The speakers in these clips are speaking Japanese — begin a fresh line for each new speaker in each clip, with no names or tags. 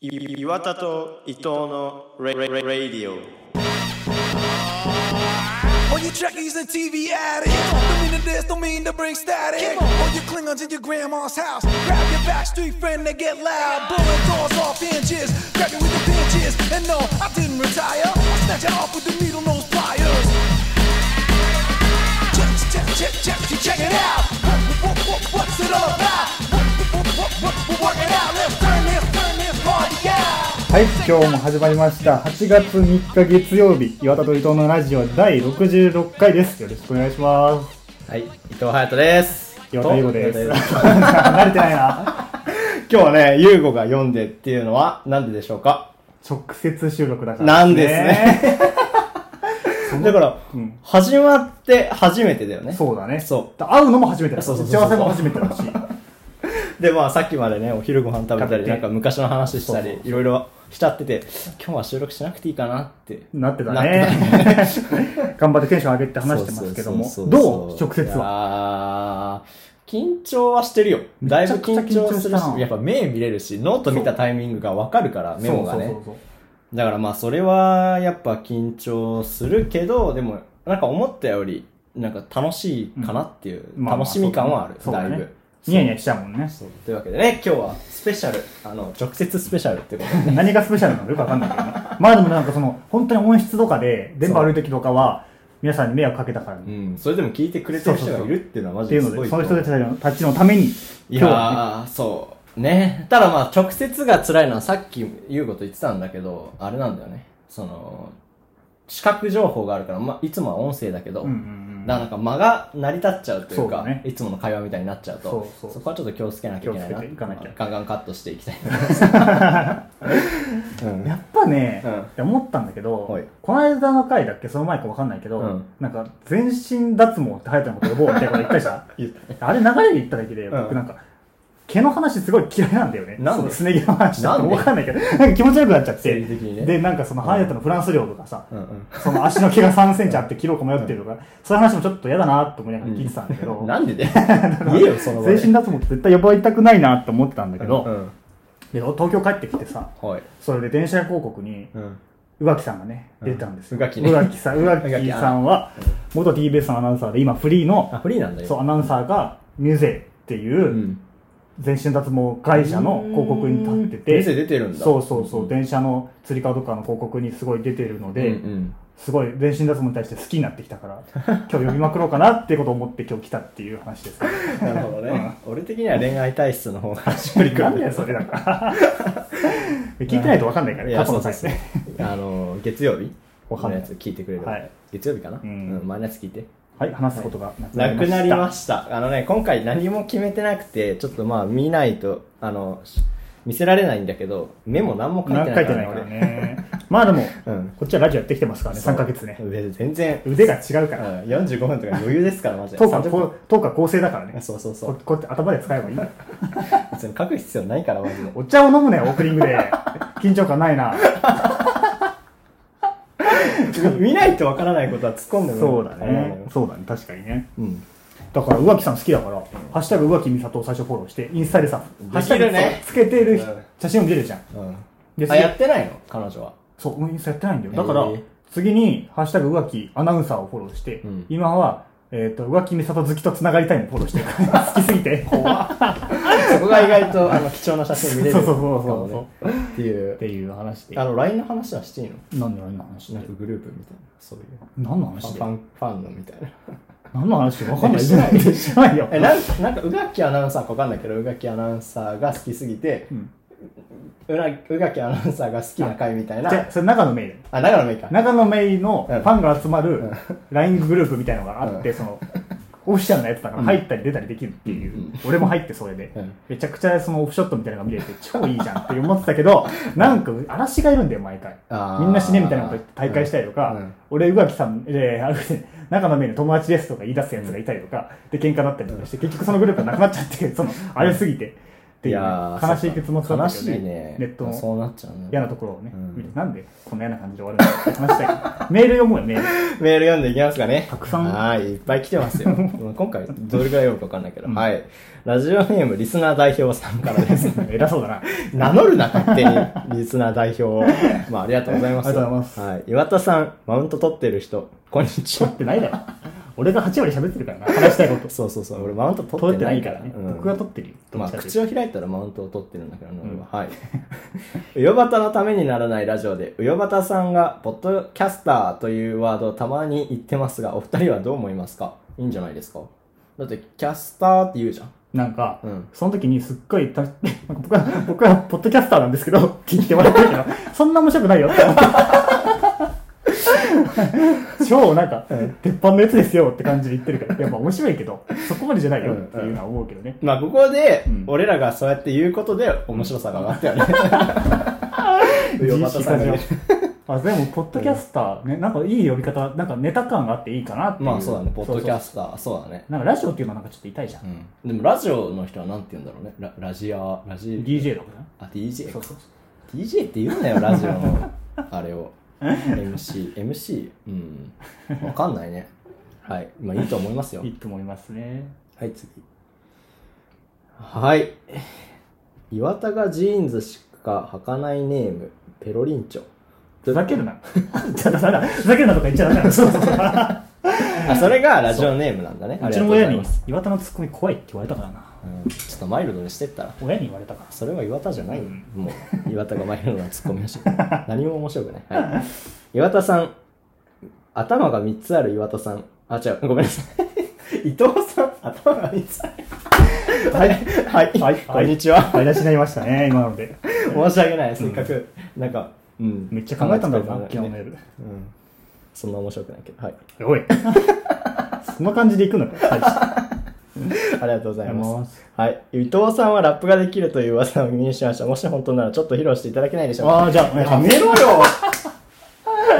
い岩田と伊藤のレレレレディオ
All you trekkies and TV addicts Don't mean to this, don't mean to bring static All you Klingons in your grandma's house Grab your backstreet friend, they get loud Blowing doors off inches Grab you with the pinches And no, I didn't retire I snatch it off with the needle nose pliers Check, check, check, check, check, check it out what, what, what, What's it all about? What, what, what, what, what, work it out Let's turn this, turn this party out
はい、今日も始まりました。8月3日月曜日、岩田と伊藤のラジオ第66回です。よろしくお願いします。
はい、伊藤隼人です。
岩田優吾です。
と
慣れてないな。
今日はね、優吾が読んでっていうのはなんででしょうか
直接収録だから、
なんですね。だから、
うん
始まって初めてだよね。
そうだね。。
そう
会うのも初めてだし
そうそう
打
そう
ち
そ
合
う
わせも初めてだし。
で、まあさっきまでね、お昼ご飯食べた
食べ
り、
て
なんか昔の話した
そう
り
そ、
いろいろしちゃってて、今日は収録しなくていいかなって。
なってた
なってた
ね。 頑張ってテンション上げて話してますけども。
そうそうそう
どう
そう
直接は。
は。いやー緊張はしてるよ。だいぶ緊
めちゃくちゃ緊
張
張し
する
たな
し、やっぱ目見れるし、ノート見たタイミングがわかるから、メモがね。
そうそうそう
だからまあそれはやっぱ緊張するけど、でもなんか思ったよりなんか楽しいかなっていう、
うんまあまあ
楽しみ感はある、
そうだね
だいぶ。
そうニヤニヤしちゃうもんね。
そうというわけでね、今日はスペシャル、あの、直接スペシャルってことでね。
何がスペシャルなのかよくわかんないけどね。まあでもなんかその、本当に音質とかで、電波悪い時とかは、皆さんに迷惑かけたからね
う。ん、それでも聞いてくれてる人がいるっていうのはマ
っ
ジ
てい
です
うの
ごいと
で、その
思う。
人たちのたちのために、
いや
今日は
ー、そう。ね。ただまあ直接が辛いのはさっき言うこと言ってたんだけど、あれなんだよね。その、視覚情報があるから、まあいつもは音声だけど、
ね、うんうんうん
だからなんか間が成り立っちゃうとい
そううだ
か
ね
いつもの会話みたいになっちゃうと
そうそう
こはちょっと気をつけなきゃいけない
気を
な
つけていかなきゃ
まあガンガンカットしていきたいな、うん
やっぱね、
うん
って思ったんだけど、
はい
この間の回だっけ、その前かわかんないけど、
うん
なんか、全身脱毛って流行ったのこと呼ぼうみたいなこと言ったじゃ んあれ流れで言っただけで、
うん
僕なんか、毛の話すごい嫌いなんだよね。
なんで
そのすね毛の話
なんで
わかんないけど、なんか気持ち悪くなっちゃって。
生理的にね
で、なんかその、ハヤトのフランス領とかさ、
うんうん
その足の毛が3センチあって切ろうか迷ってるとか、そういう話もちょっと嫌だなと思いながら聞いてたんだけど、
なん でで言えよその場で
全身脱毛って絶対呼ばれたくないなと思ってたんだけど、
うん
で東京帰ってきてさ、
はい、
それで電車広告に
うん、
宇垣さんがね、出てたんです よ。
宇垣ね
宇垣さん、宇垣さんは、元 TBS のアナウンサーで、今フ
あ
リーの、
フリーなんだよ
そう、アナウンサーが、ミュゼっていうう、
ん
全身脱毛会社の広告に立ってて、
店出てるんだ
そううそうそう、電車のつり革とかの広告にすごい出てるので、
んうん
すごい全身脱毛に対して好きになってきたから、今日呼びまくろうかなってことを思って今日来たっていう話です。
なるほどね、俺的には恋愛体質の方がしっくりくる
なんだよ、それなんか。聞いてないと分かんないからね、
や
過去の
そう
回
そうそうあの月曜日
わかんない
前のやつ聞いてくれる、
はい
月曜日かな、
うん
前のやつ聞いて
はい、話すことがなくな
な
りま
く
した。
なりました。あのね、今回何も決めてなくて、ちょっとまあ見ないと、あの、し見せられないんだけど、メモ何も書いてない
書い
か
て
ら
ない
ね、
から
俺。
ね。まあでも、
うん
こっちはラジオやってきてますからね、3ヶ月ね。
で全然、
腕が違うか
うん
ら。
45分とか余裕ですから、マジで。
トークは
30
こう、トークは構成だからね。
そうそうそ
こ
う。
こうやって頭で使えばいい。
別に書く必要ないから、マジ で。
お茶を飲むね、オープニングで。緊張感ないな。
見ないとわからないことは突っ込んでも
そうだね。そうだね、確かにね。
うん。
だから、宇垣さん好きだから、ハッシュタグ宇垣美里を最初フォローして、インスタでさ、
きるね
ハッシュタグさつけてる人
うん
写真を見れるじゃん。
うん。
で
あ、やってないの彼女は。
そう、俺インスタやってないんだよ。だから
へえ、
次に、ハッシュタグ浮気アナウンサーをフォローして、
ん
今は、えっ、と、浮気美里好きと繋がりたいのフォローしてる。 好きすぎて。
そこが意外と、あの、貴重な写真見れる。
そうそうそうそう
かもねってい
っ
う。
ていう話で。
あの、LINE の話はしていいの
何の何の話
なんかグループみたいな、そういう。
何の
フ
話で
ァン、ファンのみたいな。
何の話わかんない。
してない
してないよ。
えなんかなんか宇垣アナウンサーかわかんないけど宇垣アナウンサーが好きすぎて
うん
うら宇垣アナウンサーが好きな回みたいな
じゃあ、それ中野メイだよ。
あ長野めいか
中野メイのフ
うん
ァンが集まる LINE グループみたいのがあって、その、オフィシャルなやつだから入ったり出たりできるっていう、俺も入ってそれで、
うん
めちゃくちゃそのオフショットみたいなのが見れて超いいじゃんって思ってたけど、なんか嵐がいるんだよ、毎回
あ。ー
みんな死ねみたいなこと言って大会したりとか、
うんうん
俺、宇垣さん、えーあの中野メイの友達ですとか言い出すやつがいたりとか、で、喧嘩になったりとかして、結局そのグループがなくなっちゃって、その、あれすぎて。ていうね、
やー
悲しい結末だったけど
悲
ね
しいね。
ネットの
そうなっちゃうね。
嫌なところをね、
うん
見てなんでこんな嫌な感じで終わるのって話したい メール読もうよメール
メール読んでいきますかね。
たくさん
はい、いっぱい来てますよ。 今回、どれぐらい読むかわかんないけど。はい。ラジオネーム、リスナー代表さん からです。
偉そうだな
名乗るな、勝手に。リスナー代表 を。まあ、ありがとうございます。
ありがとうございます
はい。岩田さん、マウント取ってる人、こんにち
撮
は
っ。てないだろ俺が8割喋ってるからな話したいこと
そうそうそう、俺マウント取
撮
っ
ってて
な
ないい
か。
かららね、
うん
僕が撮ってるよ
まあ、
どっちかという
口
と
を開いたらマウントを取ってるんだけどね、俺は。はい。 うよばたのためにならないラジオで、うよばたさんが、ポッドキャスターというワードをたまに言ってますが、お二人はどう思いますかいいんじゃないですかだって、キャスターって言うじゃん。
なんか、
うん
その時にすっごいた なんか僕は僕はポッドキャスターなんですけどって言ってもらってるけどそんな面白くないよって思って超なんか、鉄板のやつですよって感じで言ってるからやっぱ面白いけどそこまでじゃないよっていうのは思うけどね、
まあ、ここで
ん、
俺らがそうやって言うことで、面白さが上がったよね。 うよばたさんがね。
あでも、ポッドキャスター、ね、なんかいい呼び方、なんかネタ感があっていいかなっていう。
まあ、そうだね、ポッドキャ
そう
スター、そうだね
そ。うなんかラジオっていうのはなんかちょっと痛いじゃん。
うん。でも、ラジオの人はなんて言うんだろうね。ララジア、ラジ、
DJ とかね。
あ、DJ か
そうそう
DJ って言うなよラジオのあれを MCMC うんわかんないねはいまあいいと思いますよ
そう。いいと思いますね。
はい次はい岩田がジーンズしか履かないネームペロリンチョ
ふざけるな。ちょっとさ、ふざけるなとか言っちゃダメ だ。そうそうそう。
あそれがラジオネームなんだねあ
う
り
ち
がと
の
うござ
親
い
に
ます、
岩田のツッコミ怖いって言われたからな。
うん、ちょっとマイルドにしてったら
親に言われたから。
それは岩田じゃないよ、もう岩田がマイルドなツッコミをしてる 何も面白くない、はい、岩田さん頭が3つある岩田さんあ違うごめんなさい 伊藤さん頭が3つあるはいはい、
はい
こんにちは
買い出しになりましたね、今ので。
申し訳ないせっかく、なんか、うん、
めっちゃ考えたんだろうな、
考え
昨
て
日
た
の
んだろうね
夜。
うん、そんな面白くないけどはい
おい。 その感じで行くのか、最初
ありがとうござい
ありがとうござい
ま
ますす。
はい。伊藤さんはラップができるという噂を耳にしました。もし本当ならちょっと披露していただけないでしょうか。
あーじゃあお願いします
やめろよ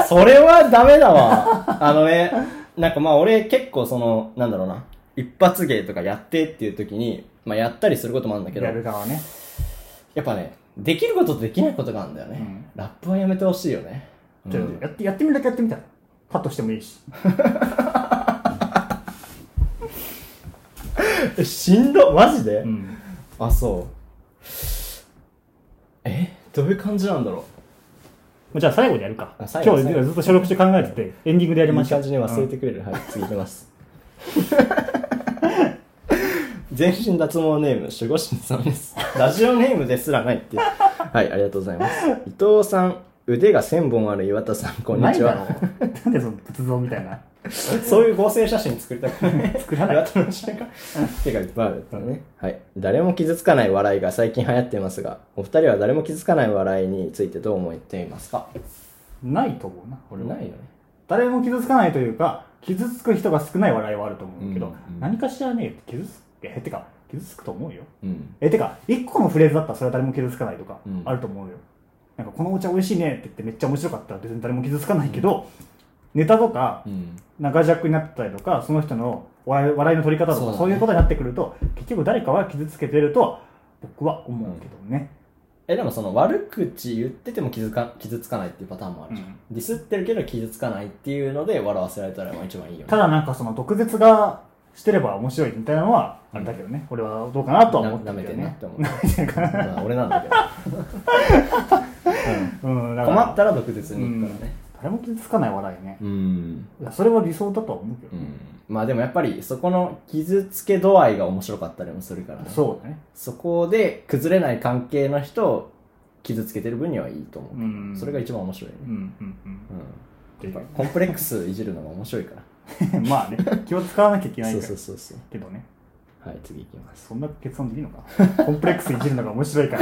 それはダメだわ。あのね、なんかまあ俺結構その、なんだろうな、一発芸とかやってっていう時に、まあやったりすることもあるんだけど、
やる側ね。
やっぱね、できることとできないことがあるんだよね。
うん
ラップはやめてほしいよね。
ちょっとやってやってみるだけやってみたら。カットしてもいいし。
えしんど、マジで、
うん。
あ、そう。えどういう感じなんだろう
もうじゃあ最後にやるか。
あ
今
最
日
後最後
ずっと収録して考えてて、エンディングでやりま
いい
しょう。
感じに忘れてくれる、はい次いきます全身脱毛ネーム守護神さんですラジオネームですらないっていうはいありがとうございます伊藤さん腕が1000本ある岩田さんこ
うん ん。
に
ない
ち
だ
は
ろ。なんでその仏像みたいな。
そういう合成写真作りたくない
作らない
岩田の写真が手がいっぱいあるっていうね、はい、誰も傷つかない笑いが最近流行ってますがお二人は誰も傷つかない笑いについてどう思っていますか
ないと思うな、俺は。
ないよね
誰も傷つかないというか、傷つく人が少ない笑いはあると思うけど、
うんうん
何かしらね、傷つく、え、てか、傷つくと思うよ。
うん
え、てか、一個のフレーズだったらそれは誰も傷つかないとか
うん、
あると思うよ。なんか、このお茶美味しいねって言ってめっちゃ面白かったら別に誰も傷つかないけど、ネタとか
う、ん
長尺になったりとか、その人の笑い笑いの取り方と
そう
か、
だ
そう,、
ね
いうことになってくると、結局誰かは傷つけてるとは、僕は思うけどね。
えでもその悪口言ってても傷か傷つかないっていうパターンもあるじゃん、
うん
ディスってるけど傷つかないっていうので笑わせられたらまあ一番いいよね
ただなんかその毒舌がしてれば面白いみたいなのは、あれだけどね、俺はどうかなとは思って
な舐
る
め
け
て
ど
んな
ね
っ。て思うまあ 俺なんだけど、
うん、だから
困ったら毒舌に行くからね
誰も傷つかない笑いね、
うん、
いやそれは理想だとは思うけど、
うんまあでもやっぱりそこの傷つけ度合いが面白かったりもするからね
そうだね
そこで崩れない関係の人を傷つけてる分にはいいと思う、
うん
それが一番面白いね、
うんうんうん
うん、やっぱコンプレックスいじるのが面白いから
まあね気を使わなきゃいけない
そ
か
う
ら
そうそうそう
けどね
はい次行きます
そんな結論でいいのかコンプレックスいじるのが面白 いか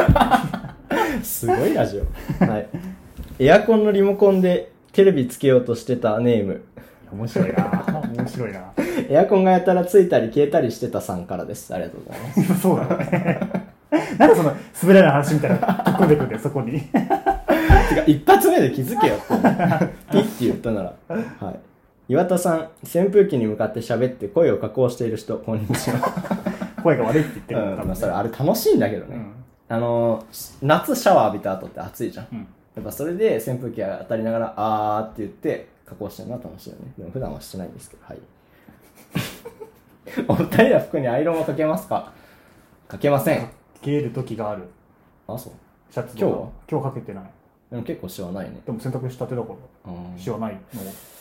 ら
すごいラジオ。はい。エアコンのリモコンでテレビつけようとしてたネーム。
面白いな 面白いな
エアコンがやたらついたり消えたりしてたさんからです。ありがとうございます。
そう だねなんでその滑らない話みたいなの突っ込んでくんだよそこに
てか、一発目で気づけよってね。ピッて言ったなら。はい。岩田さん、扇風機に向かって喋って声を加工している人、こんにちは。
声が悪いって言ってるんだ、
うんまあ、そ
多
れあれ楽しいんだけどね、
分。
あの夏シャワー浴びた後って暑いじゃん、
うん。うん。
やっぱそれで扇風機が当たりながらあーって言って加工してるのは楽しいよねでも普段はしてないんですけどはい お二人は服にアイロンをかけますかかけません
消える時がある。
あそう
シャツとか
今日は
今日かけてない。
でも結構シワないね
でも洗濯したてだから、
うん
しはないの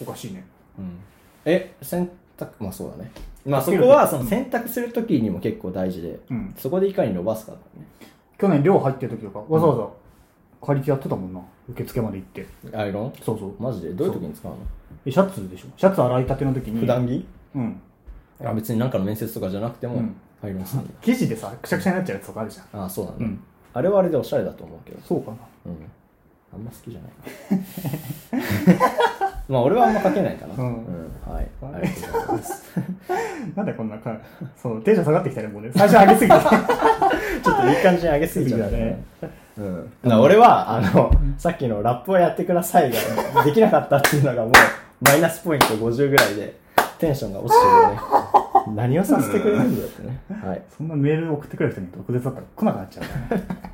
おかしいね。
うんえ洗濯まあそうだねまあ
か
そ
ける
こはその洗濯するときにも結構大事で、
うん
そこでいかに伸ばすかだね
去年寮入ってる時とか、わざわざ借りてやってたもんな。受付まで行って。
アイロン
そうそう。
マジでどういう時に使うの
えシャツでしょ。シャツ洗いたての時に。
普段着
うん。
あ別に何かの面接とかじゃなくても、
うん
アイロンするんだ
生地でさ、くしゃくしゃになっちゃうやつとかあるじゃん。
ああそうなんだ、
うん
あれはあれでおしゃれだと思うけど
そうかな。
うんあんま好きじゃない まあ俺はあんまかけないかな
うん
はいありがとうございます
なんでこんなか、そう、テンション下がってきたね、もうね。最初上げすぎて。
ちょっといい感じに上げすぎちゃった
いいね
ねうん、だから俺はあのさっきのラップをやってくださいができなかったっていうのがもうマイナスポイント50ぐらいでテンションが落ちてるね何をさせてくれるんだよってね、はい、
そんなメール送ってくる人に毒舌だったら来なくなっちゃうからね。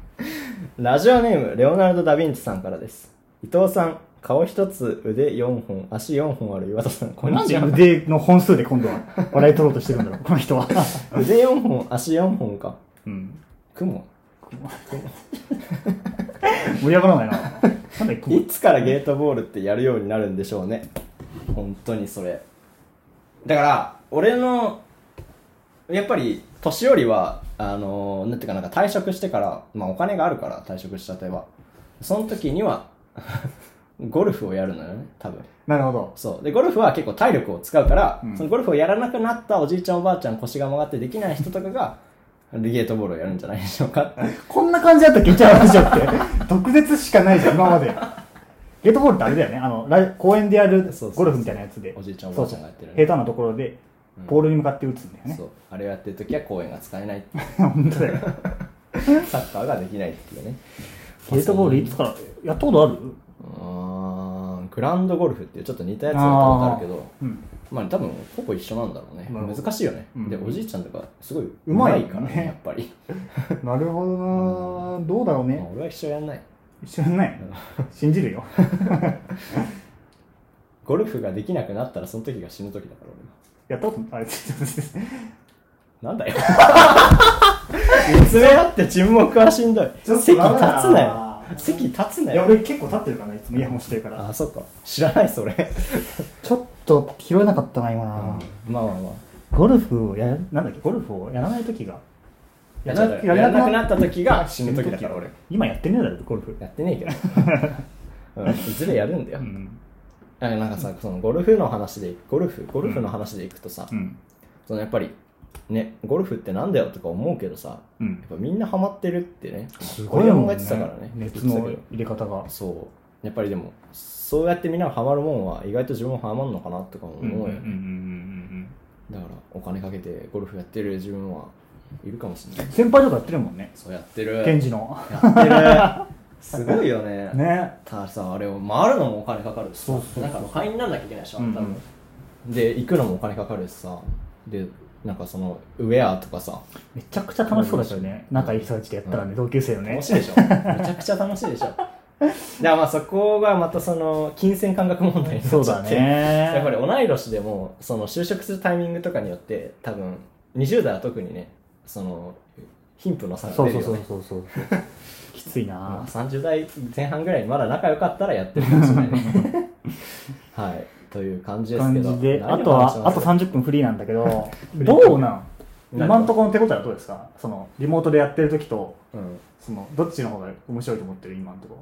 ラジオネーム、レオナルド・ダ・ヴィンチさんからです。伊藤さん、顔一つ、腕4本、足4本ある岩田さん、 こんにちは。
腕の本数で今度は笑い取ろうとしてるん だろう、この人は。
腕4本、足4本か。
うん。
雲
盛り上がらないな。なんで雲
いつからゲートボールってやるようになるんでしょうね。本当にそれ。だから、俺の、やっぱり、年寄りは、あのー、なんていうかなんか退職してから、まあお金があるから退職したては。その時には、 ゴルフをやるのよね、多分。
なるほど。
そう。で、ゴルフは結構体力を使うから、
うん
そのゴルフをやらなくなったおじいちゃんおばあちゃん腰が曲がってできない人とかが、リゲートボールをやるんじゃないでしょうかって。
こんな感じだったっけうちのラジオって。 毒舌しかないじゃん、今まで。ゲートボールってあれだよね。あの、ラ公園でやる
そうそうそう
ゴルフみたいなやつで。
おじいちゃんおばあちゃんがやってるね
そうそう平坦なところで、ボールに向かって打つんだよね
そ。う。あれをやってる時は公園が使えないってい
本当だよ。
う。サッカーができないっていうね。
ゲートボールいつから、やったことある
うーん。グランドゴルフっていうちょっと似たやつがあるけど、
うん。
まあ多分ほぼ一緒なんだろうね。
なるほど
難しいよね。
うん
で、おじいちゃんとかすごいう
まいよね
からね、やっぱり。
なるほどなぁどうだろう
まあ
ね。
俺は一緒やんない。
知らない。信じるよ。
ゴルフができなくなったらその時が死ぬ時だから俺は。
やったことあれ、 ちょっと待って
なん だよ。見つめ合って沈黙はしんどい。
ちょっと
席立つ
ダメだ
なよ
な。
席立つない
や、
よ。
俺結構立ってるから、いつもイヤホンしてるから。
あ、そっか。知らない、それ。
ちょっと拾えなかったな、今な
まあまあまあ。
ゴルフをや、なんだっけ、ゴルフをやらない時が。
やらなやらなくなった時が死ぬ時だから俺。
今やってねえだろ、ゴルフ。
やって ねえけど。うん、いずれやるんだよ
う。ん。
あなんかさ、そのゴルフの話で、ゴルフ、ゴルフの話でいくとさ、
うん。
そのやっぱり、ね、ゴルフってなんだよとか思うけどさ、
うん
やっぱみんなハマってるってね、
すごい
俺
も
も
ん
言
ね
ってたからね。
熱
言って
の
たけど
入れ方が。
そうやっぱりでもそうやってみんながハマるもんは意外と自分もハマるのかなとかも
うんうん
思
うん
う
うん
よ、
うん
だからお金かけてゴルフやってる自分はいるかもしれな
う
い
ん。先輩とかやってるもんね。
そうやってる
ケンジの。
やってるすごいよ ね
ね。
たださあれを回るのもお金かかるしさ
そうそうそう
なんか会員にならなきゃいけないでしょ、
うんうん
多分で行くのもお金かかるしさでなんかそのウェアとかさ
めちゃくちゃ楽しそうだったよね。仲いい人たちでやったらね、同級生のね
楽し。いでしょめちゃくちゃ楽しい でしょだからまあそこがまたその金銭感覚問題になっちゃって
そうだね。
やっぱり同い年でもその就職するタイミングとかによって多分20代は特にねその貧富の差が
そう
出る
そ
よ
う
ね
そうそうそう。 きつい
ま
な
あ30代前半ぐらいにまだ仲良かったらやってるかもしれない ねはいという感じですけ
感
ど
じで、あ
何
と
を話し
は、
ま
あ
す
と30分フリーなんだ けど、どうなん
何が
今んところの手応えはどうですかその、リモートでやってる時と、
うん
その、どっちの方が面白いと思ってる今んとこ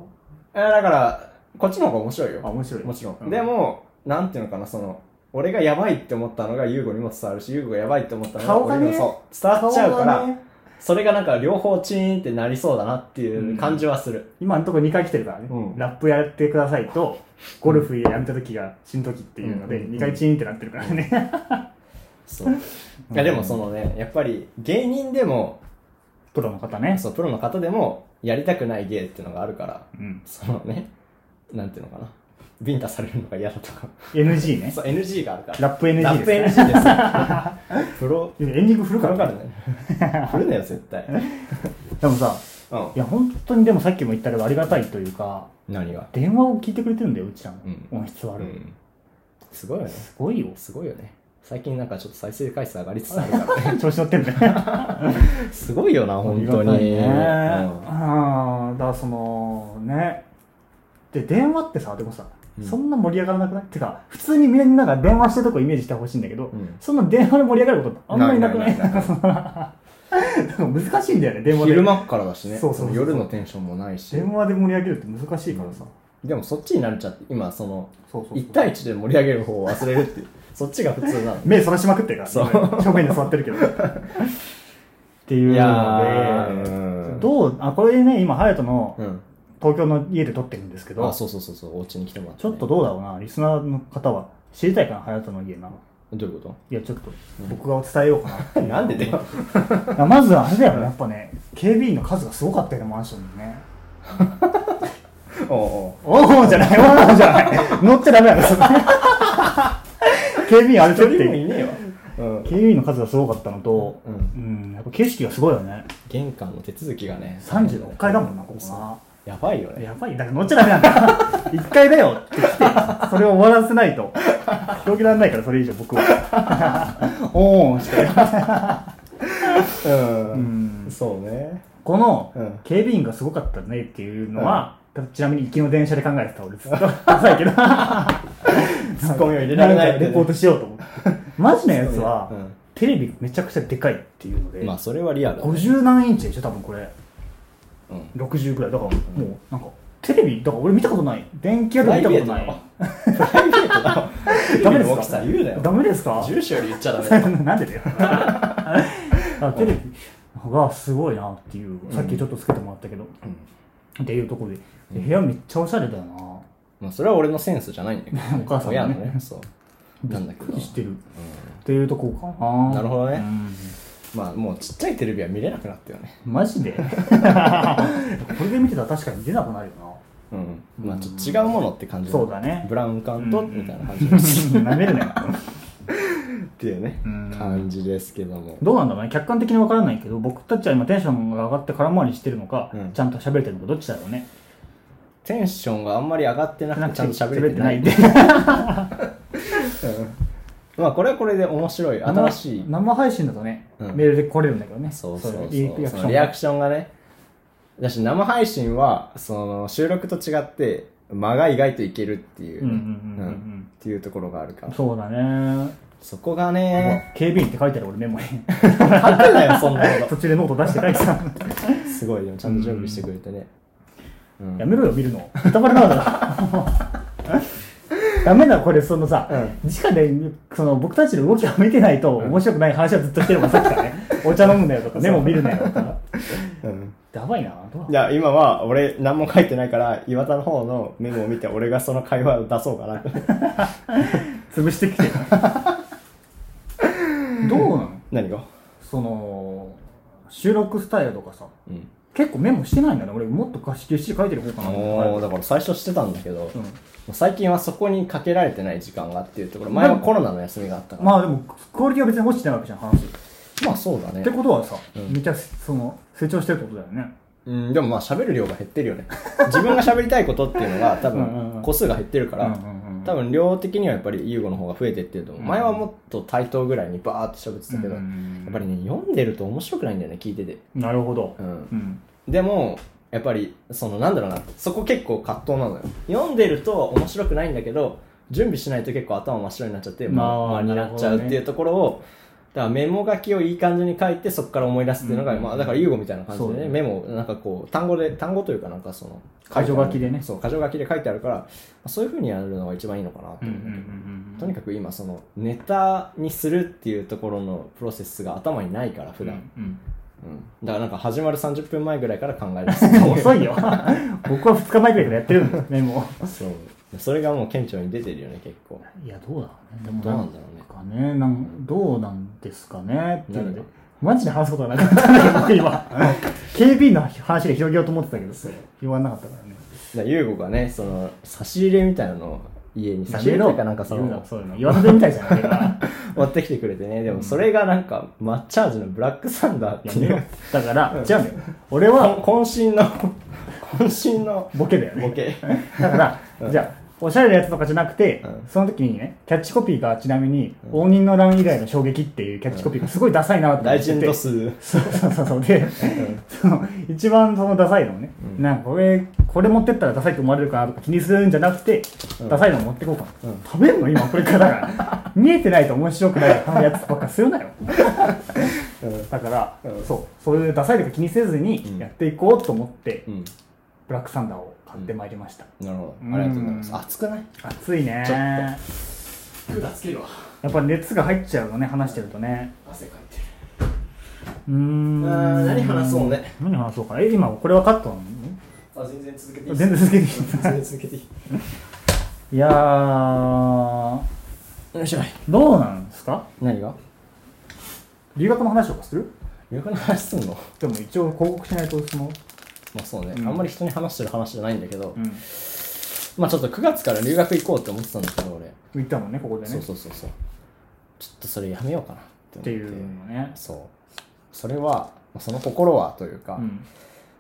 えだからこっちの方が面白いよ
ろあ、面白い。
もちろ。
うん
で、も、なんていうのかな、その、俺がやばいって思ったのが優吾にも伝わるし、優吾がやばいって思ったのが
顔が
俺
ね
にもそう、伝わっちゃうか
顔が
ら
ね、
それがなんか両方チーンってなりそうだなっていう感じはする。
今んところ2回来てるからね、
うん
ラップやってくださいと、ゴルフやめた時が死ぬ時っていうので、
うん
2回チーンってなってるからね。
そう。いやでもそのね、やっぱり芸人でも、
プロの方 ね。
そう、プロの方でも、やりたくない芸っていうのがあるから、
うん。
そのね、なんていうのかな。ビンタされるのが嫌だと か。
NG ね
そ。う、NG があるから。
ラップ NG
ラップ NG
で
です。プロ、
エンディング古
プ
か
ロ
っ
か
た
らね。振るなよ、絶対。
でもさ、
うん
い。や、本当にでもさっきも言ったけど、ありがたいというか、
何が
電話を聞いてくれてるんだよ、うちらの
うん
音質悪
う
い。
ん。すごいよね。。
すごいよ
すごいよね。最近なんかちょっと再生回数上がりつつあるからね。
調子乗ってるね。
すごいよな、 本当
あり
に。
がたいね。
うん
ああ、だからその、ね。で、電話ってさ、でもさ、
うん
そんな盛り上がらなくないてか、普通にみんなが電話してるとこイメージしてほしいんだけど、
うん
そんな電話で盛り上がることってあんまりなくない
ないないない
なん か難しいんだよね、電話で。
昼間っからだしね。
そうそうそうそう
夜のテンションもないし。
電話で盛り上げるって難しいからさ。
でもそっちに慣れちゃって、今その、
そうそうそう
1対1で盛り上げる方を忘れるっていう。そっちが普通なの。
目そらしまくってるから、ね、
そ
正面に座ってるけど。 っていう
いや
ので、
ーうん
どう、あ、これね、今、ハヤトの
うん。
東京の家で撮ってるんですけど、
あ、そうそうそうそう、お家に来てもらって
ちょ
ね、
っとどうだろうな、リスナーの方は知りたいかな、ハヤトの家な。
どういうこ
いや、ちょっと僕が伝えようか
と なんでだよ。
な。いやまずはあれだよね、やっぱね、警備員の数がすごかったよね、マンションにね。
おうお
おおじゃない、おおじゃない。乗っちゃダメだろ、それ 警備員あれ
う。
ちょっと
一人もいねえわ。うん
警。備員の数がすごかったのと、
う
うん、やっぱ景色がすごいよね。
玄関の手続きがね。
36階だもんな、ここな。
やばいよね。
やばい、だから乗っちゃダメなんだ。 一回だよって来て、それを終わらせないと。広げられないから、それ以上 僕は。おーんして。
う
う。ん
そうね。
この
うん、
警備員がすごかったねっていうのは、ちなみに行きの電車で考えてた俺 ずっと。ダサいけど。
ツッコミを入れられない
んかレポートしようと思って。マジなやつは
うん、
テレビめちゃくちゃでかいっていうので
ま、あ、それはリアルだね。
50何インチでしょ、多分これ。
うん。
60ぐらい。だから、もう、なんか、テレビ、だから俺見たことない。電気屋で見たことない。
プライベートだろ。
ダメです
大
か
きさ言うなよ
ダ。メですか
住所より言っちゃダメ だよ。
なんでだよ。あテレビがすごいなっていう、さっきちょっとつけてもらったけど、っていうところで、で部屋めっちゃおしゃれだよな。
まあ、それは俺のセンスじゃないんだけど。
お母さん
親
の
の
ね
ね。そう。なんだけど。
してる。っていうとこかな。
なるほどね
うん
まあ、もうちっちゃいテレビは見れなくなったよね。
マジで これで見てたら確かに出なくなるよな。
うん。まあ、ちょっと違うものって感じ
そうだね
ブラウン管
う
と、
ん
みたいな感じです
なめるね。
っていうね、
うん
感じですけども。
どうなんだろうね。客観的にわからないけど、僕たちは今テンションが上がって空回りしてるのか、
うん
ちゃんと喋れてるのか、どっちだろうね。
テンションがあんまり上がってなくて、ちゃんと喋れてない。
喋れて
まあ、これはこれで面白い。新しい。
生配信だとね、
うん
メールで来れるんだけどね
そうそうそう。
いいリアク
そ
シ
の
ョン
リアクションがね。だし、生配信は、その、収録と違って、間が意外といけるっていう、
うんうんうんうんうん
うんっていうところがあるから。
そうだね、
そこが
まあ
ね、
警備員って書いてある俺メモに
書くなよ、そんなこ
途中でノート出して書いてた
と。すごいよ、ちゃんと準備してくれてね。うん
やめろよ見るのネタバレなん だからダメだこれそのさ、直でその僕たちの動きを見てないと面白くない話はずっとしてるもんさっきか らねお茶飲むんだよとかメモ見るなよとか
うん
やばいなどう
いや、今は俺何も書いてないから、岩田の方のメモを見て俺がその会話を出そうかなって。
潰してきてるどうなの
何が
その収録スタイルとかさ
うん。
結構メモしてないんだね俺もっと貸し消し書いてる方かなと思った
おーだから最初してたんだけど、
うん
最近はそこにかけられてない時間がっていうところ、前はコロナの休みがあったから。
まあでもクオリティは別に落ちてないわけじゃん話っ
まあそうだね
て。ことはさ、
うん
めっちゃその成長してるってことだよね
うん、でもまあ喋る量が減ってる よね。自分が喋りたいことっていうのが多
うんうんう
分
ん
個数が減ってるから
うんうんうん、
多分量的にはやっぱり優吾の方が増えてってると思う。前はもっと対等ぐらいにバーって喋ってたけど、や
うんうんうん
っぱりね、読んでると面白くないんだよね、聞いてて。
なるほど
うん
うん
でも、やっぱり、その、なんだろうな、そこ結構葛藤なのよ。読んでると面白くないんだけど、準備しないと結構頭真っ白になっちゃって、
まあ
まあ、になっちゃうって
なるほど
いう
ね
ところを、だからメモ書きをいい感じに書いて、そこから思い出すっていうのが、
うん
まあ、だから、ユーゴみたいな感じで
そう
ね、
ね
メモ、なんかこう、単語で、単語というかなんかその、
箇条書きでね
そう、箇条書きで書いてあるから、まあそういう風にやるのが一番いいのかなと
うん
思
う
うんだけど。
ん
とにかく今そのネタにするっていうところのプロセスが頭にないから普段、
うん
うん、だからなんか始まる30分前ぐらいから考え 出すって
うん
いう
遅いよ 僕は2日前くらいからやってるんだよメモを
そう。それがもう顕著に出てるよね、結構。
いやどうだろうねでも
どうなんだろうね
なんかねなんどうなんですかねっていうので
なる
マジで話すことはなかったね、僕今。 警備員の話で広げようと思ってたけど、広がんなかったからね。
ら優吾がねその差し入れみたいなのを家に差し入れというかなんかそ
言うな
の
そういうの。言わせてみたいじゃん、あれ が。
持ってきてくれてねでもそれがなんか抹茶味のブラックサンダーって
やめ
い
ろ
う
だから、じゃあね、俺
こん
は
渾身の渾身の
ボケだよね。
ボケ
だから、じゃあ、おしゃれなやつとかじゃなくて、
うん
その時にね、キャッチコピーがちなみに、応仁の乱以外の衝撃っていうキャッチコピーがすごいダサいなって思
ラ
っ
イ
て
ジン
て。
ド数
そうそうそうそう。で、その、一番そのダサいのをね、なんかこれ、これ持ってったらダサいと思われるかなとか気にするんじゃなくて、ダサいのを持ってこうかな。食べんの今これから。見えてないと面白くないやつばっかするなよ。だから、そう、そういうダサいとか気にせずにやっていこうと思って、
うん
ブラックサンダーを買ってまいりました。
なるほどありがとうございます熱くない
暑いね
ちょっくだつけるわ
やっぱ熱が入っちゃうのね、話してるとね。
汗かいて
うーん。
るあー何話そう ね
何話そうか。え、今これはカットなの
あ全然続けて
全然続けていい
全 然続けていい
いやー、
よいしょ
どうなんですか
何が
留学の話とかする
留学の話すんの
でも一応報告しないとその、
まあそうね、
うん
あんまり人に話してる話じゃないんだけど、
うん、
まあちょっと9月から留学行こうって思ってたんだけど俺、
言ったもんね、ここでね。
そうそうそうそうちょっとそれやめようかなって思っ
ってていうのね。
そうそれはまあその心はというか、
うん。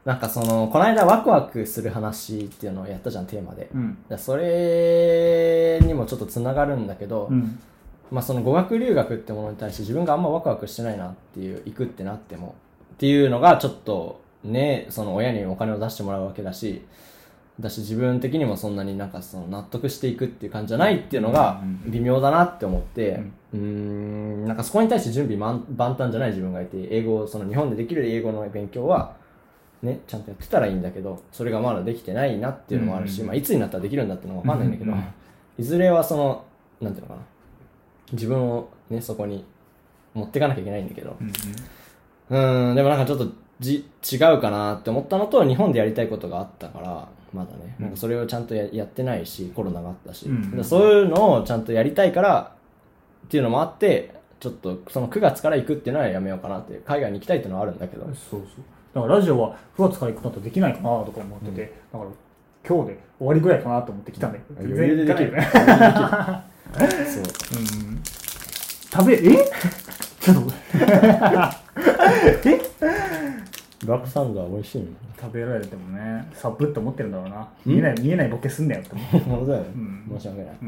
なんかそのこの間ワクワクする話っていうのをやったじゃんテーマで、
うん。
でそれにもちょっとつながるんだけど、
うん。
まあ、その語学留学ってものに対して自分があんまワクワクしてないなっていう行くってなってもっていうのがちょっとねその親にお金を出してもらうわけだしだし自分的にもそんなになんかその納得していくっていう感じじゃないっていうのが微妙だなって思ってうーんなんかそこに対して準備万万端じゃない自分がいて英語をその日本でできる英語の勉強はねちゃんとやってたらいいんだけどそれがまだできてないなっていうのもあるし、
うん
まあ、いつになったらできるんだっていうのもわかんないんだけど、
うんうん
いずれはそのなんていうのかな自分をねそこに持っていかなきゃいけないんだけどうーんでもなんかちょっとじ違うかなって思ったのと日本でやりたいことがあったからまだね、なんかそれをちゃんとややってないしコロナがあったし、
うんうん
でそういうのをちゃんとやりたいからっていうのもあってちょっとその9月から行くっていうのはやめようかなって海外に行きたいっていうのはあるんだけど
そうそう。だからラジオは9月から行くのとできないかなとか思ってて、だから今日で終わりぐらいかなと思って来たんだけど、
余裕でできる
行かないよね。
そう
うん。食べ、え ちょっと、え
ブラックサンダー美味しいね
食べられてもね、サブって思ってるんだろうな。見えない、見えないボケすんなよって思う。
本当だよね、
ん
申し訳ない
う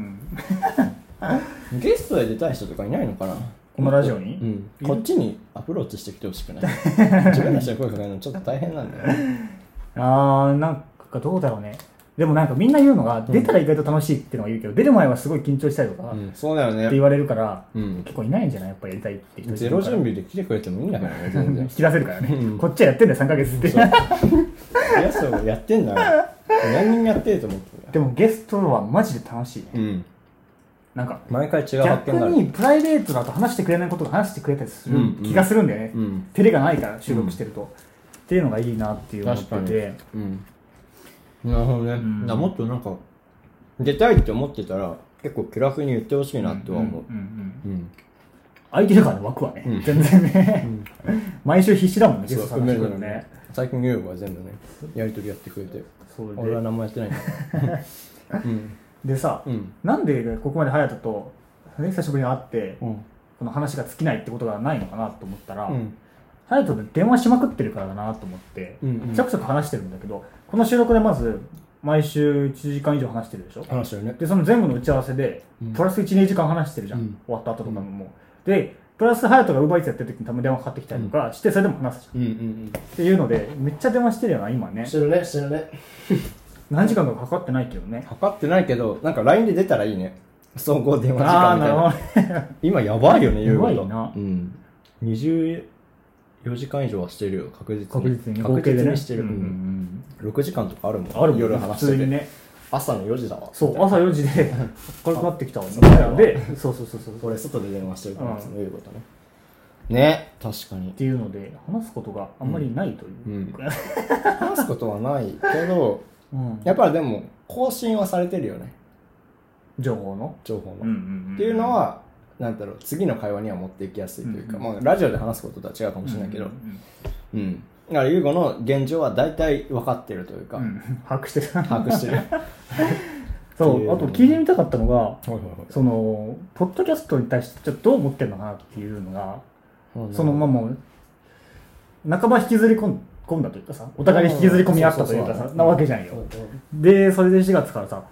ん。
ゲストで出たい人とかいないのかな
このラジオに、
うん、こっちにアプローチしてきてほしくない 自分たちで声かけるのちょっと大変なんだよね
あー、なんかどうだろうね。でもなんかみんな言うのが、出たら意外と楽しいっていうのは言うけど、出る前はすごい緊張したりとか、
う
って
ん、そうだよね
言われるから、
うん
結構いないんじゃないやっぱやりたいって人
ゼロ準備
備
で来てくれてもいいんだからね全然
引き出せるから
うん
ね。こっちはやってんだよ、3ヶ月って。
やつをやってんだ から何人やってると思ってる
でもゲストはマジで楽しいね。
うん
なんか、
毎回違う発
逆
見がある
にプライベートだと話してくれないことが話してくれたりする
うん
気がするんだよね。
うん
照れがないから収録してると。っていうのがいいなっていう思って
確
て。
うんなるほどね、
ん
だからもっとなんか出たいって思ってたら結構気楽に言ってほしいなとは思う
うんうん
うん、
空いてるからね、枠はね。
うん
全然ね。毎週必死だもんね、ゲスト
そう埋
探
め
して
る
く
の
る
に
ね
ね。最近優子は全部ねやり取りやってくれて
そう
俺は
で
何もや ってないんだからうん
でさ、
うん
なんでここまで隼人と、ね、久しぶりに会って、
うん
この話が尽きないってことがないのかなと思ったら、
うん
隼人と電話しまくってるからだなと思って、
うんうん
ちゃくちゃく話してるんだけど、この収録でまず、毎週1時間以上話してるでしょ。
話してるね
で、その全部の打ち合わせで、プラス1、2時間話してるじゃん。
うん
終わった後とかももう。で、プラス隼人がウーバーイーツやってる時に多分電話かかってきたりとかして、それでも話すじゃん。
うんうん
っていうので、めっちゃ電話してるよな、今
うん
ね
し。てるねしてるね
何時間かかかってないけどね。
測ってないけどなんか LINE で出たらいいね総合電話時間みたいな
ほどね。
今やばいよね優子
やばいな
うん24時間以上はしてるよ確実に
確実に、
確実にしてる、
うんうん
うん6時間とかあるも
うんん。あるもんね
夜話して
普通
て、
にね。
朝の4時だわ
そう、朝4時で、 明るくなってきたわ、み
だ
たい
よ
な。で、そうそうそうそう。っ
俺外で電話してるから、
うん
その優子とねね確かに
ていうので、話すことがあんまりないというう。
ん話すことはないけど
うん。
やっぱりでも更新はされてるよね
情報の。
情報の、
うんうんうん。
っていうのはなんだろう、次の会話には持っていきやすいというか、
うん
まあ、ラジオで話すこととは違うかもしれないけど、うん。だから、ユーゴの現状は大体分かってるというか、
うん 把握してる
把握 してる。
そうあと聞いてみたかったのが
ほい
そのポッドキャストに対してちょっとどう思ってるのかなっていうのが
ほい
そのまま半ば引きずり込ん込んだというかさお互い引きずり込み合ったというか
そうそう
さ
そう
なわけじゃんよでそれで4月からさ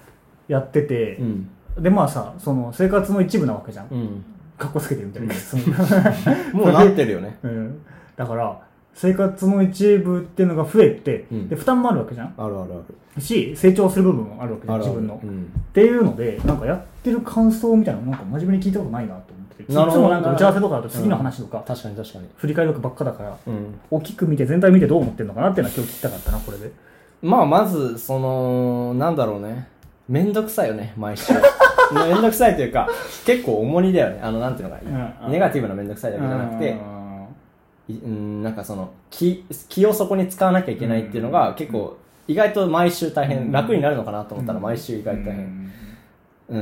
やってて
う、ん。
でまあさその生活の一部なわけじゃん、
うん。
かっこつけてるみたいな、
もうなってるよ ね。
うん、だから生活の一部っていうのが増えて、
うん
で負担もあるわけじゃん
あるあるある。
し成長する部分もあるわけじ
あ
ゃん
るある
自分の、
う
っ
ん。
ていうのでなんかやってる感想みたいなのなんか真面目に聞いたことないなと思ってていつ
なるほど
もなんか打ち合わせとかだと次の話とか、
確かに確かに。
振り返るばっかだから
うん。
大きく見て全体見てどう思ってるのかなっていうのは今日聞きたかったなこれで
まあ、まず、その、なんだろうね。めんどくさいよね、毎 週。めんどくさいというか、結構重荷だよね。あの、なんていうの
うん
か、
うん
ネガティブなめんどくさいだけじゃなくて、いうん、なんかその、気、気をそこに使わなきゃいけないっていうのが、結構、意外と毎週大変、楽になるのかなと思ったら、毎週意外と大変。うー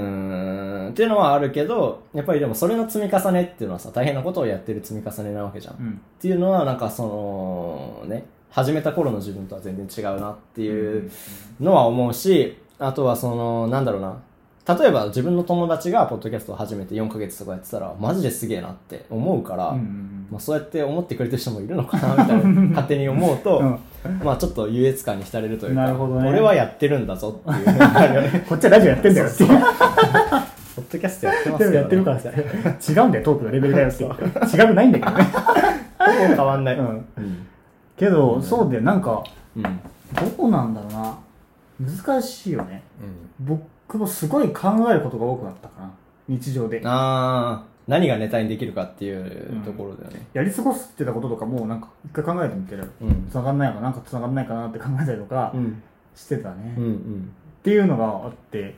んっていうのはあるけどやっぱりでもそれの積み重ねっていうのはさ大変なことをやってる積み重ねなわけじゃん、
う
っ
ん
ていうのはなんかそのね始めた頃の自分とは全然違うなっていうのは思うしあとはそのなんだろうな例えば自分の友達がポッドキャストを始めて4ヶ月とかやってたらマジですげえなって思うから、
うん
まあ、そうやって思ってくれてる人もいるのかなみ たいな勝手に思うと、
うん
まあちょっと優越感に浸れるというか
なるほどね
俺はやってるんだぞっていうのがあるよね
こっちはラジオやってんだよっていう
ポッドキャストやってます
で
よ、
も
ね、
やってるからさ違うんだよトークのレベルだ よっていう違くないんだけどね
ほぼ変わんない。
うん
うん。
けど、そうでなんか
うん。
どうなんだろうな難しいよね僕もすごい考えることが多くなったかな日常で
ああ、何がネタにできるかっていうところだよね。
やり過ごしてたこととかもなんか一回考えてみてる
うん
繋がんないのかなんか繋がんないかなって考えたりとか
ん。
してたね、
う
っ
ん。
ていうのがあって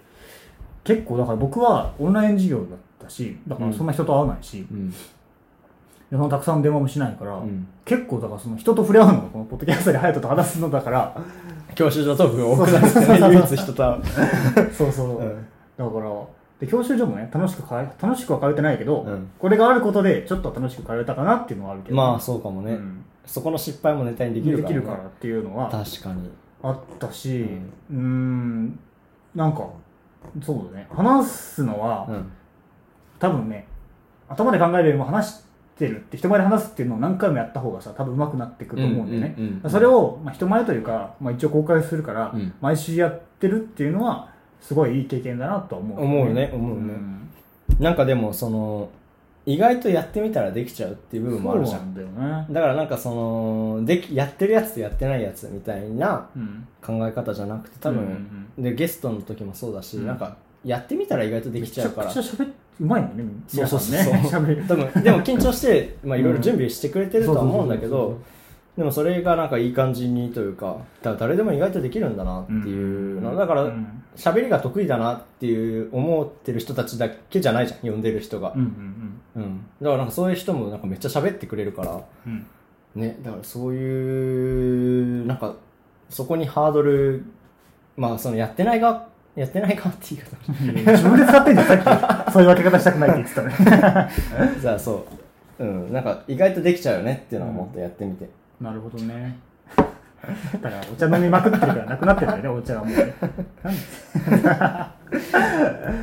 結構だから僕はオンライン授業だったしだからそんな人と会わないし、
うん。
そのたくさん電話もしないから、
うん
結構だからその人と触れ合うのがこのポッドキャストで隼人と話すのだから
教習所トークが多くなってね、唯一人と会う。
そうそう、
うん
だからで教習所もね楽しくかえ楽しくは通えてないけど、
うん
これがあることでちょっと楽しく通えたかなっていうのはあるけど
まあ、そうかも
う
ね。
ん
そこの失敗もネタにで
で
き
き
る
る
から、
からっていうのは
確かに。
あったしうーんなんかそうだね話すのは、
うん。
多分ね頭で考えるよりも話してるって人前で話すっていうのを何回もやった方がさ多分上手くなってくると思うんでね、
うんうんうん
それを、まあ、人前というか、まあ、一応公開するから、
うん
毎週やってるっていうのはすごいいい経験だなとは思う、
思うね思うね
ん
なんかでも、その、意外とやってみたらできちゃうっていう部分もあるじゃ。
そうんなんだよね
だからなんかその、でき、やってるやつとやってないやつみたいな
うん
考え方じゃなくて、多分、
うんうん
で、ゲストの時もそうだし、
うん
なんか、やってみたら意外とできちゃうから
めち。ゃくちゃ喋ってうまいもんね
そうそうそう。
皆さん ね喋る
多分でも緊張 して、まあ、いろいろ準備してくれてるとは思うんだけ
うんそうそう
ど、でもそれがなんかいい感じにというか、だから誰でも意外とできるんだなっていうの、
うん
だか
う
ら
ん、
喋りが得意だなっていう思ってる人たちだけじゃないじゃん、呼んでる人が
うん。うん
うん。だからなんかそういう人もなんかめっちゃ喋ってくれるから、
うんうん
ね、だからそういう、なんか、そこにハードル、まあ、そのやってないが、やってないかっていうか、
自分で使ってんじゃんさっきそういう分け方したくないって言って たね
じ ゃあそう。うん、なんか意外とできちゃうよねっていうのをもっとやってみて。
なるほどねだからお茶飲みまくってるからなくなってるんだよねお茶が もうねなんで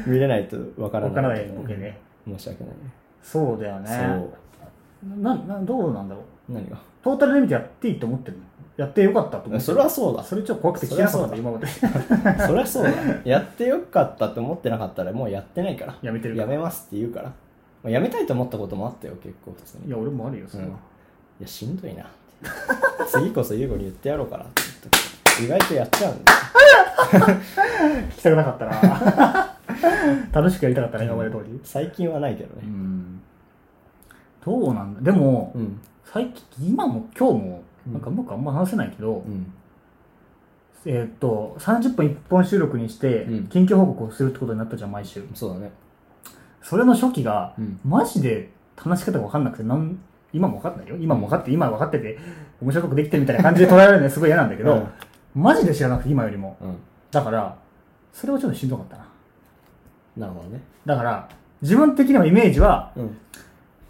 見れないとわからない。
わからないわけね。
申し訳ない。
そうだよね
そう。
ななどうなんだろう
何が
トータルで見てやっていいと思ってるのやってよかったと思ってる
それはそうだ。
そ
そ
れちょっと怖くて聞けなかった今まで
れはそうだ。やってよかったって思ってなかったらもうやってないから。
やめてるか
や
ら
めますって言うから。まあやめたいと思ったこともあったよ、結構。
いや俺もあるよそ
うん
れ
い
は、
や、しんどいな って。次こそ優子に言ってやろうかなって言ったけど意外とやっちゃうんだよ。
聞きたくなかったな 楽しくやりたかったね今まで通り
最近はないけどね。
どうなんだでも、
うん。
最近今も今日も
うん
なんかうまくあんま話せないけど、
うん。
えーっと30分1本収録にして
うん
緊急報告をするってことになったじゃん毎週
そうだね。
それの初期が、
うん
マジで話し方が分かんなくて、なん今も分かんないよ。今も分かって、今分かってて、面白くできてるみたいな感じで捉えられるのすごい嫌なんだけど、マジで知らなくて、今よりも。
うん。
だから、それはちょっとしんどかったな。
なるほどね。
だから、自分的なイメージは、
うん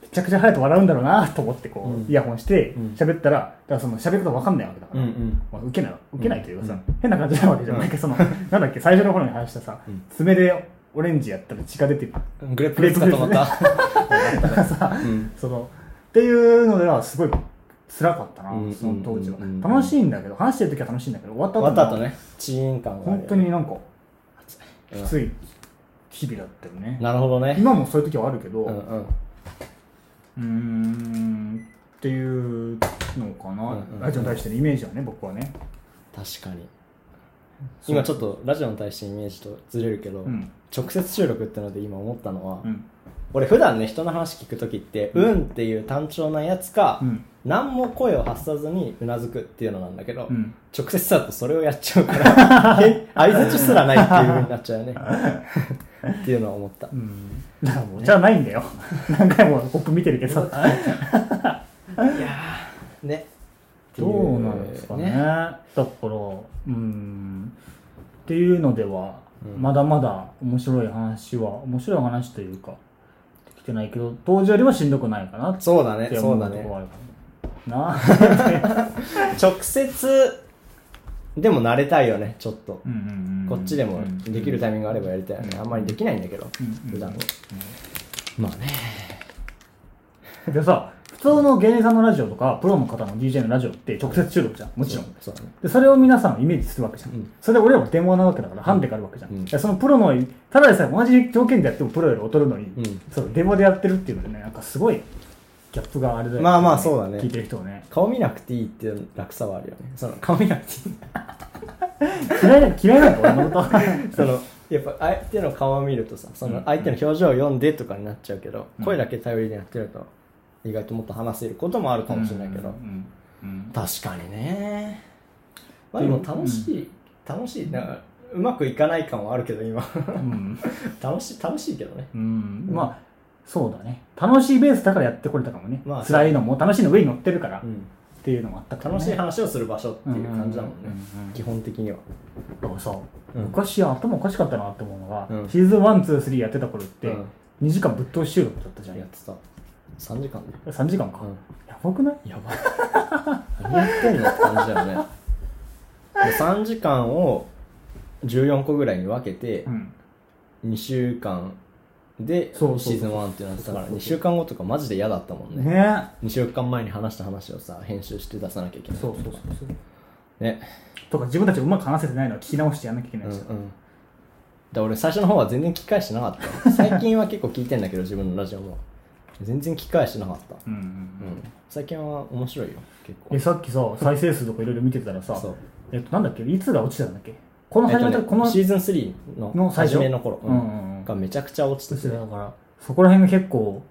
めちゃくちゃ隼人笑うんだろうなと思ってこ
う
う、
ん
イヤホンして
うん
喋ったら、だからその喋り方わかんないわけだか
う
ら、
んうん
まあ、受けない、受けないというかさ、
う
変な感じなわけじゃん。
うん
なんかその、なんだっけ、最初の頃に話したさ、
うん
爪でオレンジやったら血が出てくる。
グレープフルーツかと思った。
さ、
うん
その、っていうのではすごい辛かったな、
うん
その当時は
うんうん。
楽しいんだけど、話してる時は楽しいんだけど、終わった
終わ
後に
った後ね。チーン感があるよ
本
ね。
当になんか、
うん
きつい日々だったよね。
なるほどね。
今もそういう時はあるけど、
うん
う
うん。
ーん、っていうのか
うんうんうん
な。ラジオに対してのイメージはね、僕はね。
確かに。今ちょっとラジオに対してイメージとずれるけど、
うん
直接収録ってので今思ったのは、
うん。
俺普段ね人の話聞く時って「うん」っていう単調なやつか、
うん
何も声を発さずにうなずくっていうのなんだけど、
うん
直接だとそれをやっちゃうから へ相づちすらないっていう風になっちゃうよねっていうのは思った、
だからもうじゃあないんだよ。 何回もコップ見てるけどさ。
いやーね
どうなんですかね。
っていう
だから、うーん。っていうのでは、
うん
まだまだ面白い話は、面白い話というか、できてないけど、当時よりはしんどくないかなって
そうだね
思
そうう
と
だ
こ
ね
はあるか な。なあ
直接でも慣れたいよねちょっと、
うんうんうん
こっちでもできるタイミングがあればやりたいよね、あんまりできないんだけど、
うん
普段は、まあね
でさ、普通の芸人さんのラジオとか、プロの方の DJ のラジオって直接収録じゃん。もちろん。
そうだね
で、それを皆さんイメージするわけじゃん。
うん
それで俺らも電話なわけだから、ハンデがあるわけじゃん。
うん
でそのプロの、ただでさえ同じ条件でやってもプロより劣るのに、
ん
そう、電話でやってるっていうのでね、なんかすごい、ギャップがあれだよね。
まあまあそうだね
聞いてる人をね。
顔見なくていいっていう楽さはあるよねその顔見なくていい
嫌いな、嫌いなの俺 のこと。
そのやっぱ相手の顔を見るとさその相手の表情を読んでとかになっちゃうけど、声だけ頼りにやってると意外ともっと話せることもあるかもしれないけど、
うんうん
確かにねまあでも楽しい、楽しいなんかうまくいかない感はあるけど今
うん。
楽しい楽しいけどね
うん。まあ、そうだね。楽しいベースだからやってこれたかもね。
まあ
辛いのも楽しいの上に乗ってるから、
う
っ
ん
ていうのもあったから、ね。
楽しい話をする場所っていう感じだもんね、
うんうん
基本的には
だからさ、
うん
昔頭おかしかったなって思うのが、
うん
シーズン1、2、3やってた頃って、
うん
2時間ぶっ通し収録だったじゃん。
やってた3時間で
3時間か、
うん
やばくない
やばい。何やってんのって感じだよね。で3時間を14個ぐらいに分けて、
ん。
2週間でシ
そうそうそ
ー
う
ズン1ってなってたから、
そうそうそう
2週間後とかマジで嫌だったもんね。
ね
2週間前に話した話をさ、編集して出さなきゃいけない。
そうそうそうそう。
ね。
とか自分たちうまく話せてないのを聞き直してやんなきゃいけ
う
なんいうし、
ん。で俺最初の方は全然聞き返してなかった。最近は結構聞いてんだけど、自分のラジオも。全然聞き返してなかった。
うんうん
う
うん
ん。最近は面白いよ、結構
え。さっきさ、再生数とかいろいろ見てたらさ
そう、
えっと、なんだっけ、いつが落ちたんだっけこの始めた、
えっとね
この、
シーズン3の
の最初
初めの頃、
うんうんうん
がめちゃくちゃ落ち
そ
て
して
て
だから、そこら辺が結構、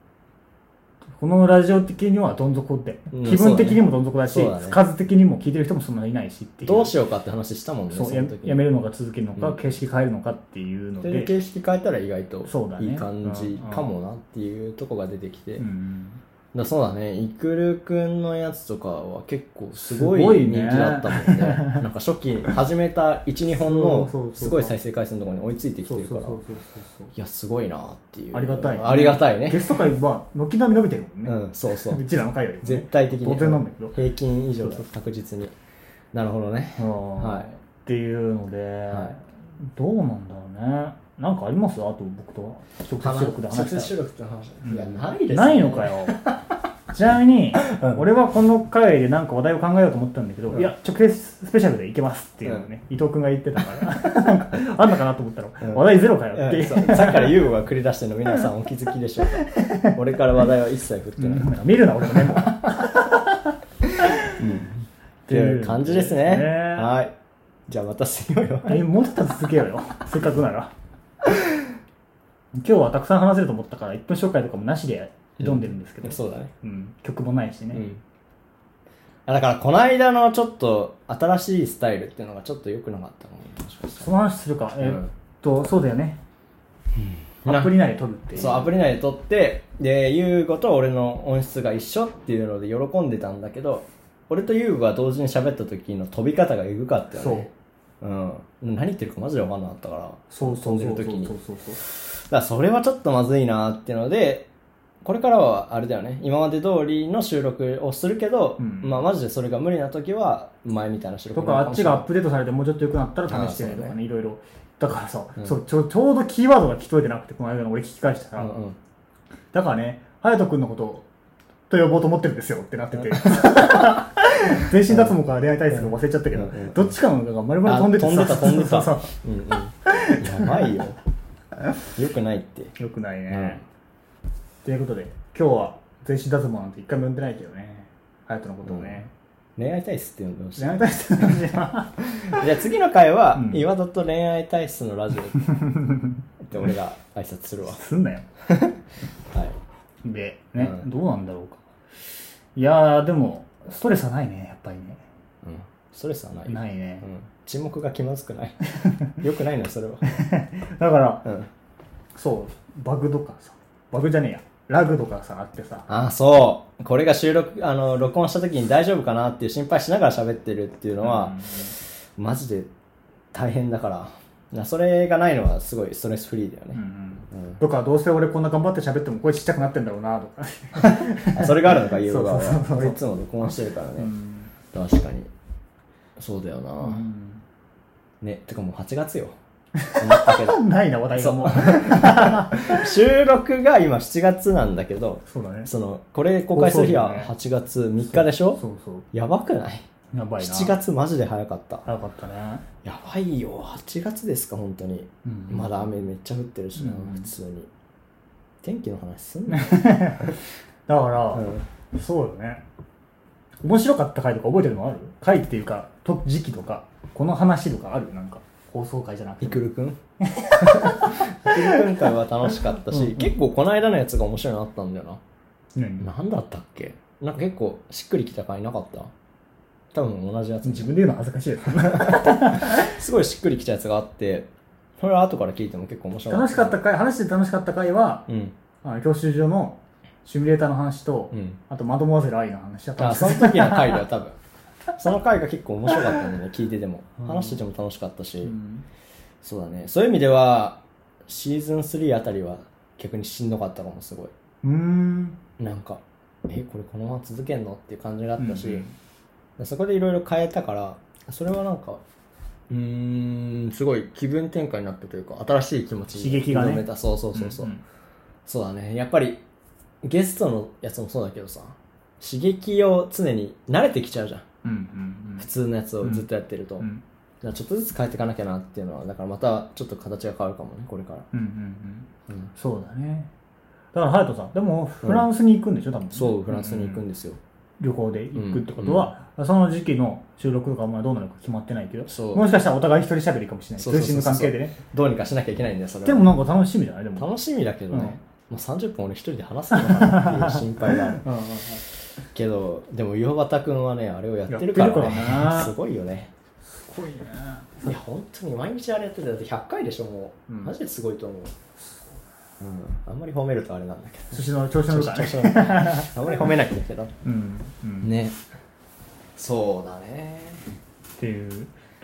このラジオ的にはどん底で、
うん
気分的にもどん底だし、
そうだね
数的にも聞いてる人もそんなにいないしっていう。
どうしようかって話したもんね
そう
の
や
時
やめるのか続けるのか、
うん
形式変えるのかっていうの
で
で、
形式変えたら意外と
そうだね
いい感じ
うんうん
かもなっていうとこが出てきて、
う
だか
ん、
らそうだねイクルくんのやつとかは結構すご
すご
い
い
人気
ね
だったも んねなんか初期始めた12本
そうそうそう
の
そう
すごい再生回数のところに追いついてきてるからい
そうそう
やすごいなっていう
ありがたい、
ありがたい
ゲ
ね
スト会は軒並み伸びてるもん
う
ね、
んそうそう
う ちらの会よりもね、
絶対的に
当然なんだけど、
平均以上だ確実になるほどね
うん
はい
っていうので、
はい
どうなんだろうねなんかありますあと僕と直接収録で話した
録って話
ん
いやないです、ね、
ないの かよちなみに、俺はこの回でなんか話題を考えようと思ったんだけど、
うん
いや、直接スペシャルでいけますっていうのをね、伊藤君が言って たから、なんか、あんのかなと思ったら、
ん
話題ゼロかよって
う
い
ん
う
そうさっきから優吾が繰り出してるの皆さんお気づきでしょう か俺から話題は一切振ってない、
なんか見るな、俺の メモ。っ
っていう感じですね
ね
はいじゃあまたすごいわ
え、もうちょっと続けようよ。せっかくなら。今日はたくさん話せると思ったから、1分紹介とかもなしで挑んでるんですけど、
そうだね
うん曲もないしね。
うんあだからこの間のちょっと新しいスタイルっていうのがちょっと良くなかったかももしかした
その話するか。えーっと、そうだよね。
ら
アプリ内で撮るっていう。
そうアプリ内で撮ってで優吾と俺の音質が一緒っていうので喜んでたんだけど俺と優吾が同時に喋った時の飛び方がエグかったよね
そう
うん、何言ってるかマジで分かんなかったから
そうそうそうそう
飛んでる時に
そうそうそう
だからそれはちょっとまずいなっていうのでこれからはあれだよね今まで通りの収録をするけど、
うん
まあマジでそれが無理な時は前みたいな収録
と
に
か
なる
あっ
も
ち
しれな
が
い
アップデートされてもうちょっと良くなったら試してみると
あ
か
あそう
ねいろいろだからさ、
うん
そうちょちょうどキーワードが聞こえてなくてこの間の俺聞き返したら、
うんうん
だからね隼人君のことと呼ぼうと思ってるんですよってなってて 全身脱毛から恋愛体質の忘れちゃったけど、
うんうん
どっちかのが丸々飛んでて
あ飛んでた
そう
飛
そうんそ
でたうんうんやばいよよくないって
うよくないね、
うん
ということで今日は全身脱毛なんて一回も呼んでないけどね隼人のことをね、
恋愛体質って呼んでほしい
恋愛体質の話は
じゃあ次の回は、
うん
岩田と恋愛体質のラジオって俺が挨拶 するわ
すんなよ
はい
で、ね、
うん
どうなんだろうか。いやー、でも、ストレスはないね、やっぱりね。
うんストレスはない
ないね
う。ん、沈黙が気まずくないよくないなそれは
だから、
うん
そう、バグとかさ、バグじゃねえや、ラグとかさ、あってさ、
ああ、そう。これが収録、あの、録音した時に大丈夫かなっていう心配しながら喋ってるっていうのは、マジで大変だから。なそれがないのはすごいストレスフリーだよ
うんう
ね。
ん
うん
とか、どうせ俺こんな頑張って喋っても声ちっちゃくなってんだろうな、とか。
あそれがあるの か、言う側
そうそうそ
は。
う
俺いつも録音してるからね。
うん
確かに。そうだよな。
うん
ね、てかもう8月よ。思った けど
ないな、話題がもう。
収録が今7月なんだけど、
そうだね。
その、これ公開する日
そう
は
だね
8月3日でしょ
そうそう。
やばくない
やばいな。
7。月マジで早かった。
早かったね。
やばいよ8月ですか本当に、
うん
まだ雨めっちゃ降ってるしな、
う
普
ん
通に天気の話すんな、
だから、
うん
そうだね。面白かった回とか覚えてるのある回っていうか、と時期とか、この話とかあるなんか、放送回じゃなくて
い
も。
くるくん いくるくん会は楽しかったし、
うんうん
結構この間のやつが面白いのあったんだよ
何
な何だったっけなんか結構しっくりきた回なかった多分同じやつ
自分で言うの恥 ずかしいです。
すごいしっくりきたやつがあってそれは後から聞いても結構面白かった
楽しかった回、話して楽しかった回は、
うん
あの教習所のシミュレーターの話と、
うん
あとマドモアゼル愛の話だったん
あ
です
その時の回だよ多分その回が結構面白かったんだね聞いてても
うん
話してても楽しかったし、
うん
そうだねそういう意味ではシーズン3あたりは逆にしんどかったかもすごいう
ーん。
なんかえこれこのまま続けんのっていう感じがあったし、
うん
そこでいろいろ変えたからそれはなんかうーんすごい気分転換になったというか新しい気持ちに
刺激がね
挑めたそうそうそうそう、
ん
そうだねやっぱりゲストのやつもそうだけどさ刺激を常に慣れてきちゃうじゃん
うんうん
普通のやつをずっとやってると、
うん。うん
だからちょっとずつ変えていかなきゃなっていうのはだからまたちょっと形が変わるかもねこれから、
うんうん。
うん、
そうだね。だから、ハヤトさん、でも、フランスに行くんでしょ、多分。
そう、フランスに行くん
で。
ですよ。
旅行で行くってことは、その時期の収録とかまあどうなるか決まってないけど、
そう
もしかしたらお互い一人喋りかもしれない。
そうそう
通
そう
信の関係でね。
どうにかしなきゃいけないんだよ、それは
でも、なんか楽しみじゃないでも。
楽しみだけど
うん。
ね、もう30分俺一人で話すのかなっていう心配がある
うんうんうん
けど、でも岩端くんはね、あれをやってるから
やってるから
ね。
ね
すごいよね。
すごいね。
いや、本当に毎日あれやってて、だって100回でしょ、もう。
うん
マジですごいと思う。うん、あんまり褒めるとあれなんだけど。
寿司の調子乗るからね。
ちょっと調子乗るあんまり褒めなきゃい けど。
うん。うん
ね。そうだね。
っていうと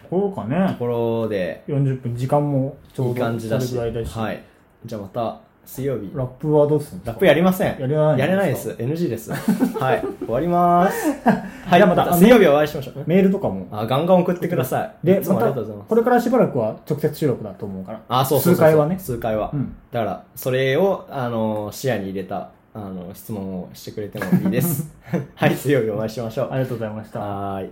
ころか
と
ね。
ころで、
40分、時間もちょ
いうい感
ど
じ
そ
だ
れ
し。
ぐらいだし。
はい。じゃあまた、水曜日。
ラップはどうするんですか
ラップやりません。
やれないんですか
やれないです。NG です。はい。終わり ます。はい。
じゃあまた
水曜日お会いしましょう。
メールとかも。
あ、ガンガン送ってください。
で、
いつも
ま
あり
た、
がとうございます。
これからしばらくは直接収録だと思うから。
あ、そうそうそう
数回はね。
数回は。
うん
だから、それを、あの、視野に入れた、あ の、質問をしてくれてもいいです。はい。水曜日お会いしましょう。
ありがとうございました。
はーい。